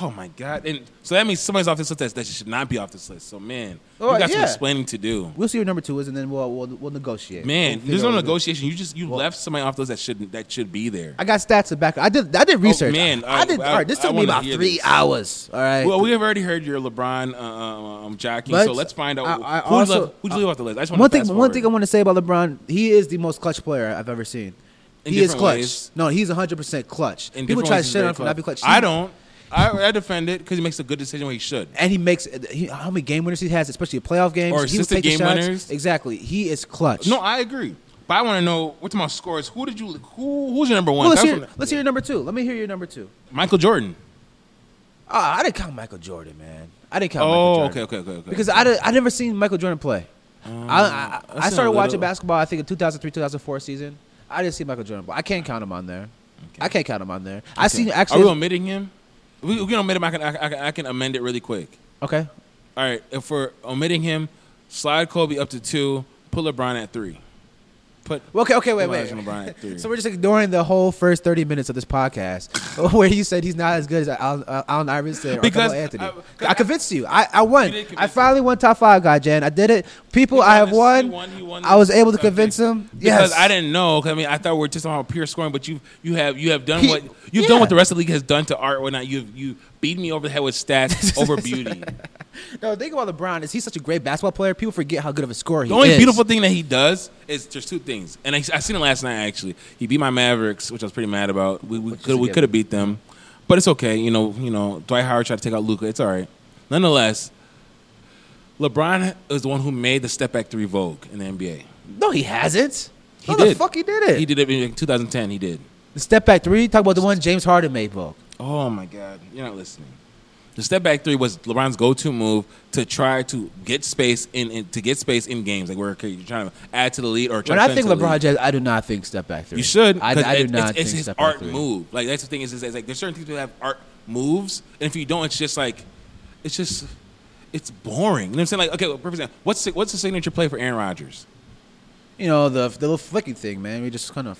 Oh my god! And so that means somebody's off this list that, that should not be off this list. So man,
Oh,
you got some
yeah.
explaining to do.
We'll see who number two is, and then we'll we'll, we'll negotiate.
Man,
We'll
there's
figure
no
out-
negotiation. You just you left somebody off those that shouldn't that should be there.
I got stats to back. I did. I did research.
Oh, man,
I,
I-
did.
I-
all right, this
I
took me
wanna
about
hear
three
this.
hours. All right.
Well, we have already heard your LeBron uh, uh, um, jockey,
But
so let's find out
I- I
who
also- uh,
left, who you leave off the list. I just want
one
to
thing, one thing I want to say about LeBron, he is the most clutch player I've ever seen.
In
he is
different
clutch.
ways.
No, he's 100% clutch.
In
People
different
try to
ways, he's
shit on
very
him for not being clutch.
I don't. I, I defend it because he makes a good decision when he should.
And he makes he, how many game winners he has, especially playoff games.
Or
he was
assisted
taking
game
shots.
winners.
Exactly. He is clutch.
No, I agree, but I want to know what's my scores. Who did you? Who who's your number one?
well, let's,
That's
hear,
what-
let's hear your number two. Let me hear your number two.
Michael Jordan.
Uh, I didn't count Michael Jordan, man. I didn't count. Michael
Oh,
Jordan.
okay, Um, okay, okay, okay.
Because I did, I never seen Michael Jordan play. I, I, I
that's
started
not
watching
little.
basketball. I think in 2003, 2004 season. I didn't see Michael Jordan play. I can't count him on there. I can't count him on there. I seen
Are we
actually.
omitting him? We, we can omit him. I can, I, can, I can amend it really quick.
okay.
All right, if we're omitting him, slide Kobe up to two, put LeBron at three. Put
Well, Okay. Okay. Wait.
Elijah
Wait.
LeBron at three.
So we're just ignoring the whole first 30 minutes of this podcast, where you said he's not as good as Al- Al- Allen Iverson or
Because,
because Anthony.
uh,
I convinced you. I, I won.
did convince
I finally won top five, guy. Jan. I did it. People, I have
He
won.
he
I was able to
Okay.
convince him.
Because
yes.
I didn't know. 'cause I mean, I thought we were just talking about pure scoring, but you you have you have done
He-
what you've done
yeah.
what the rest of the league has done to art or not. You've you beat me over the head with stats over beauty.
No, the thing about LeBron is he's such a great basketball player. People forget how good of a scorer he
The only
is.
beautiful thing that he does is there's two things, and I, I seen it last night actually. He beat my Mavericks, which I was pretty mad about. We, we
is
could
a
we
given.
could have beat them, but it's okay. You know, you know, Dwight Howard tried to take out Luca. It's all right. Nonetheless, LeBron is the one who made the step back three vogue in the NBA.
No, he hasn't.
He
no, the
did.
fuck he did it.
He did it in 2010. He did.
The step back three. Talk about the one James Harden made, bro.
Oh my God, you're not listening. The step back three was LeBron's go-to move to try to get space in, in to get space in games, like where okay, you're trying to add to the lead or. try
When
to
I
fend
think
to the lead.
LeBron James, I do not think step back three.
You should.
I,
'cause
I do
it-
not
It's, it's
think
his
step back
art
three.
move. Like that's the thing is, is, is like there's certain things that have art moves, and if you don't, it's just like, it's just, it's boring. You know what I'm saying? Like okay, well, for example, what's the, what's the signature play for Aaron Rodgers?
You know the the little flicking thing, man. We just kind of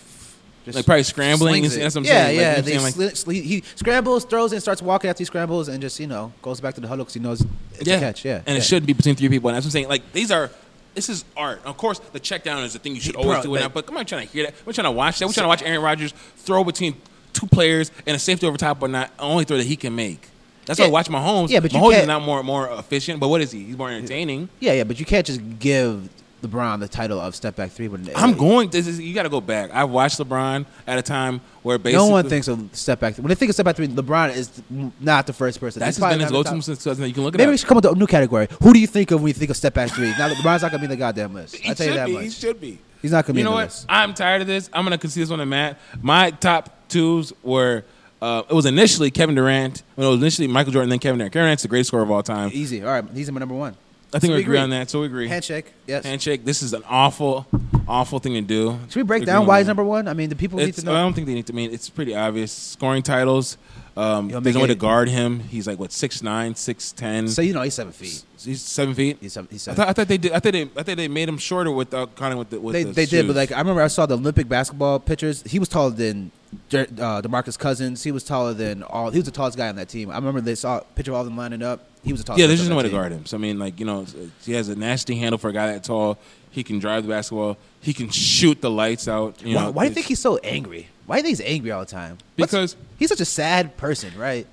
just
Like, probably scrambling,
slings
you see,
it.
that's what I'm
yeah,
saying, like,
Yeah,
you
they
know what I'm saying,
sli- sli- he scrambles, throws, and starts walking after he scrambles, and just you know goes back to the huddle because he knows it's a catch. Yeah,
and
yeah.
it should be between three people. And that's what I'm saying. Like these are this is art. Of course, the check down is the thing you should
Bro,
always do. And
like-
that, but come on, trying to hear that. We're trying to watch that. We're trying to watch Aaron Rodgers throw between two players and a safety over top, but not only throw that he can make. That's why
Yeah.
I watch Mahomes.
Yeah, but you
Mahomes is
can't-
not more more efficient. But what is he? He's more entertaining.
Yeah, yeah, but you can't just give LeBron the title of step back three. When
I'm going. This is, you got to go back. I've watched LeBron at a time where
No
basically
one thinks of step back. When they think of step back three, LeBron is not the first person.
that's
He's
has
probably
been his
not
go
the top-
to since 2000. You can look at
Maybe we should come up with a new category. Who do you think of when you think of step back three? Now LeBron's not gonna be in the goddamn list. I tell you that
be, He
much.
should be.
He's not gonna be
You
in
know
the
what?
list.
I'm tired of this. I'm gonna concede this one to Matt. My top twos were. Uh, it was initially Kevin Durant. When it was initially Michael Jordan, then Kevin Durant. Kevin Durant's the greatest scorer of all time.
Easy. All right, he's in my number one.
I think
So
we
we
agree
agree.
on that. So we agree.
Handshake. Yes.
Handshake. This is an awful, awful thing to do.
Should we break
Agree
down
on
why
that.
he's number one? I mean, the people need
It's, um,
to
I
know.
don't think they need to. I mean, it's pretty obvious. Scoring titles. Um,
You'll
there's no
make
way to
it.
guard him. He's like what six nine, six ten.
so you know he's seven feet.
he's seven feet.
He's seven. He's
I
seven.
thought, I thought they did. I thought they. I thought they made him shorter without counting with the. With
they
the
they did, but
shoes.
like I remember I saw the Olympic basketball pictures. He was taller than Der- uh, Demarcus Cousins. He was taller than all. He was the tallest guy on that team. I remember they saw a picture of all of them lining up. He was the tallest.
yeah,
guy
there's just
on
no way to
that team.
guard him. So I mean, like you know, he has a nasty handle for a guy that tall. He can drive the basketball. He can shoot the lights out. You
Why,
know,
why do you think he's so angry? Why do you think he's angry all the time? What's-
Because- Um,
he's such a sad person, right?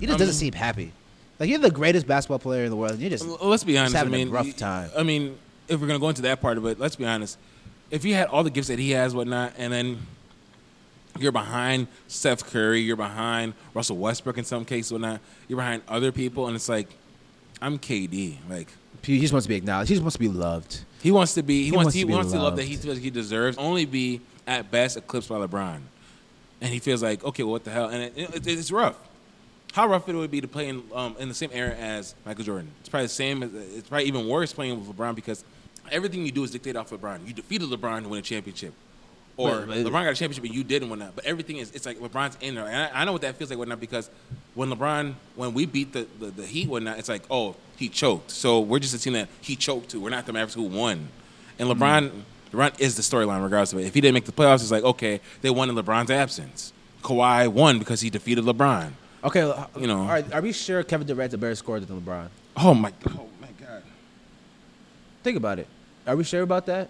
He just
I
doesn't
mean-
seem happy. Like you're the greatest basketball player in the world. And you're just
L- Let's be honest.
having
I
a
mean,
rough
y-
time.
I mean, if we're gonna go into that part of it, let's be honest. If you had all the gifts that he has, whatnot, and then you're behind Steph Curry, you're behind Russell Westbrook in some cases, whatnot, you're behind other people, and it's like, I'm KD. Like
he just wants to be acknowledged. He just wants to be loved.
he wants to be, he, wants, he
to be
wants the love that
loved.
he feels he deserves. Only be at best eclipsed by LeBron, and he feels like, okay, well, what the hell? And it, it, it's rough. How rough it would be to play in, um, in the same era as Michael Jordan. It's probably the same. as- It's probably even worse playing with LeBron because everything you do is dictated off LeBron. You defeated LeBron to win a championship, or
Right, right.
LeBron got a championship and you didn't win that. But everything is it's like LeBron's in there, and I, I know what that feels like, whatnot. Because when LeBron, when we beat the the, the Heat, whatnot, it's like oh he choked. So we're just a team that he choked to. We're not the Mavericks who won, and
Mm-hmm.
LeBron. LeBron is the storyline, regardless of it. If he didn't make the playoffs, it's like okay, they won in LeBron's absence. Kawhi won because he defeated LeBron.
Okay, well,
You know.
All right, are we sure Kevin Durant's a better scorer than LeBron?
Oh my, oh my God.
Think about it. Are we sure about that?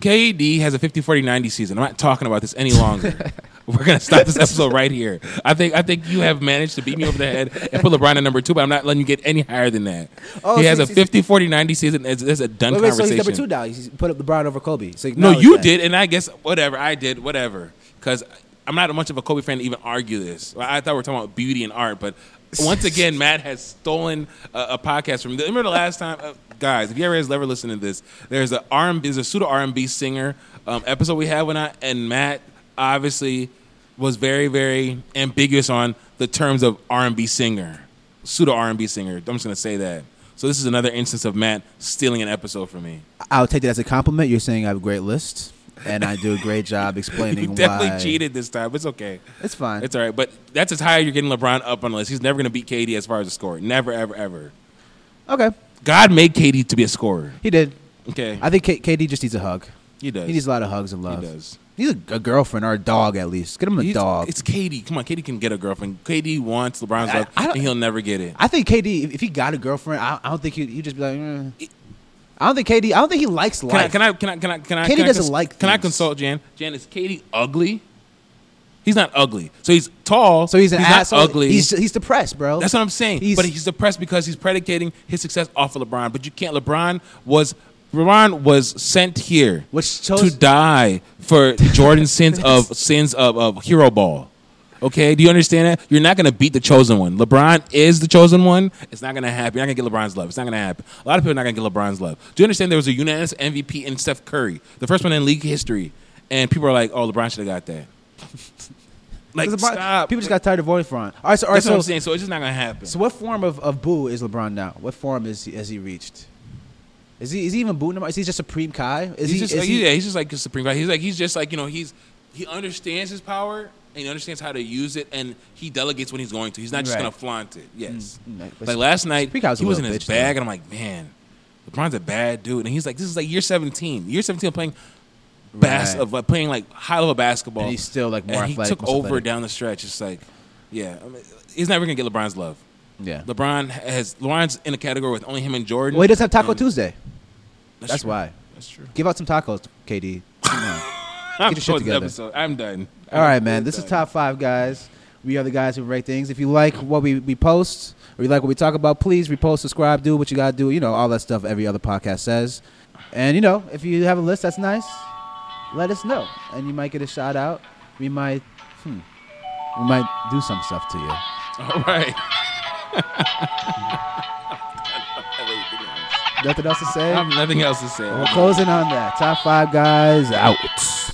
KD has a 50 40 90 season. I'm not talking about this any longer. We're gonna stop this episode right here. I think I think you have managed to beat me over the head and put LeBron at number two, but I'm not letting you get any higher than that.
Oh,
he
so
has a
he's- he's-
50 40 90 season. That's that's a done
Wait, wait, so he's
conversation.
number two now. He's put up LeBron over Kobe. So
no,
acknowledge
you
that.
did, and I guess whatever I did, whatever. Because I'm not much of a Kobe fan to even argue this. I I thought we were talking about beauty and art, but once again, Matt has stolen a, a podcast from. Remember the last time, uh, guys? If you ever has ever listened to this, there's a R&B, there's a pseudo R&B singer um, episode we had when I and Matt obviously was very very ambiguous on the terms of R&B singer, pseudo R&B singer. I'm just gonna say that. So this is another instance of Matt stealing an episode from me.
I'll take that as a compliment. You're saying I have a great list, and I do a great job explaining
You definitely
why.
cheated this time. It's okay.
It's fine.
It's all right. But that's as high as you're getting LeBron up on the list. He's never going to beat KD as far as a scorer. Never, ever, ever.
okay,
God made KD to be a scorer.
he did.
Okay.
I think K- KD just needs a hug.
he does.
He needs a lot of hugs and love.
He does.
He's a, a girlfriend or a dog at least. Get him a
He's-
dog.
It's KD. Come on. KD can get a girlfriend. KD wants LeBron's
I-
love,
I don't-
and he'll never get it.
I think KD, if, if he got a girlfriend, I, I don't think he, he'd just be like. "Mm." I don't think KD. I don't think he likes
Can I,
life.
can I? Can I? Can I? Can I?
KD
can I
doesn't
cons-
like
Can I
things.
consult Jan? Jan is KD ugly? He's not ugly. So he's tall.
so he's an
he's
asshole.
Not ugly.
He's he's depressed, bro.
That's what I'm saying.
He's-
but he's depressed because he's predicating his success off of LeBron. But you can't. LeBron was LeBron was sent here
Which chose-
to die for Jordan's sins of sins of, of hero ball. Okay, do you understand that? You're not gonna beat the chosen one. LeBron is the chosen one. It's not gonna happen. You're not gonna get LeBron's love. It's not gonna happen. A lot of people are not gonna get LeBron's love. Do you understand? There was a unanimous MVP in Steph Curry, the first one in league history, and people are like, "Oh, LeBron should have got that." like,
Because LeBron-
stop.
People just got tired of voting for him. All right, so all right,
That's what
so,
I'm saying. So it's just not gonna happen.
so what form of, of boo is LeBron now? What form is he, has he reached? Is he is he even booing him? Is he just Supreme Kai?
he's
Is he,
just
is
like,
he-
yeah, he's just like a supreme guy. He's like he's just like you know he's he understands his power and he understands how to use it and he delegates when he's going to. He's not just
Right.
gonna flaunt it. Yes,
Mm, mm, but
like last night
Supreme Kai's a
he was in
little
his
bitch,
bag
though.
and I'm like, man, LeBron's a bad dude and he's like this is like year 17, year 17 playing. Bas-
Right.
of like, playing like high level basketball,
And he's still, like, more
and he
athletic,
took
most
over
athletic.
down the stretch. It's like, yeah, I mean, he's never gonna get LeBron's love.
yeah.
LeBron has LeBron's in a category with only him and Jordan.
Well, he doesn't have Taco
and-
Tuesday.
Um, That's,
That's
true.
why.
That's true.
Give out some tacos, KD. Come on.
I'm done
your shit
with the
together.
episode. I'm done.
All right, man.
I'm
This is
done.
top five, guys. We are the guys who rate things. If you like what we, we post or you like what we talk about, please repost, subscribe, do what you got to do. You know, all that stuff every other podcast says. And, you know, if you have a list that's nice, let us know. And you might get a shout out. We might, hmm, we might do some stuff to you.
All right.
Nothing else to say?
I have nothing else to say.
We're closing on that. Top five, guys. Out.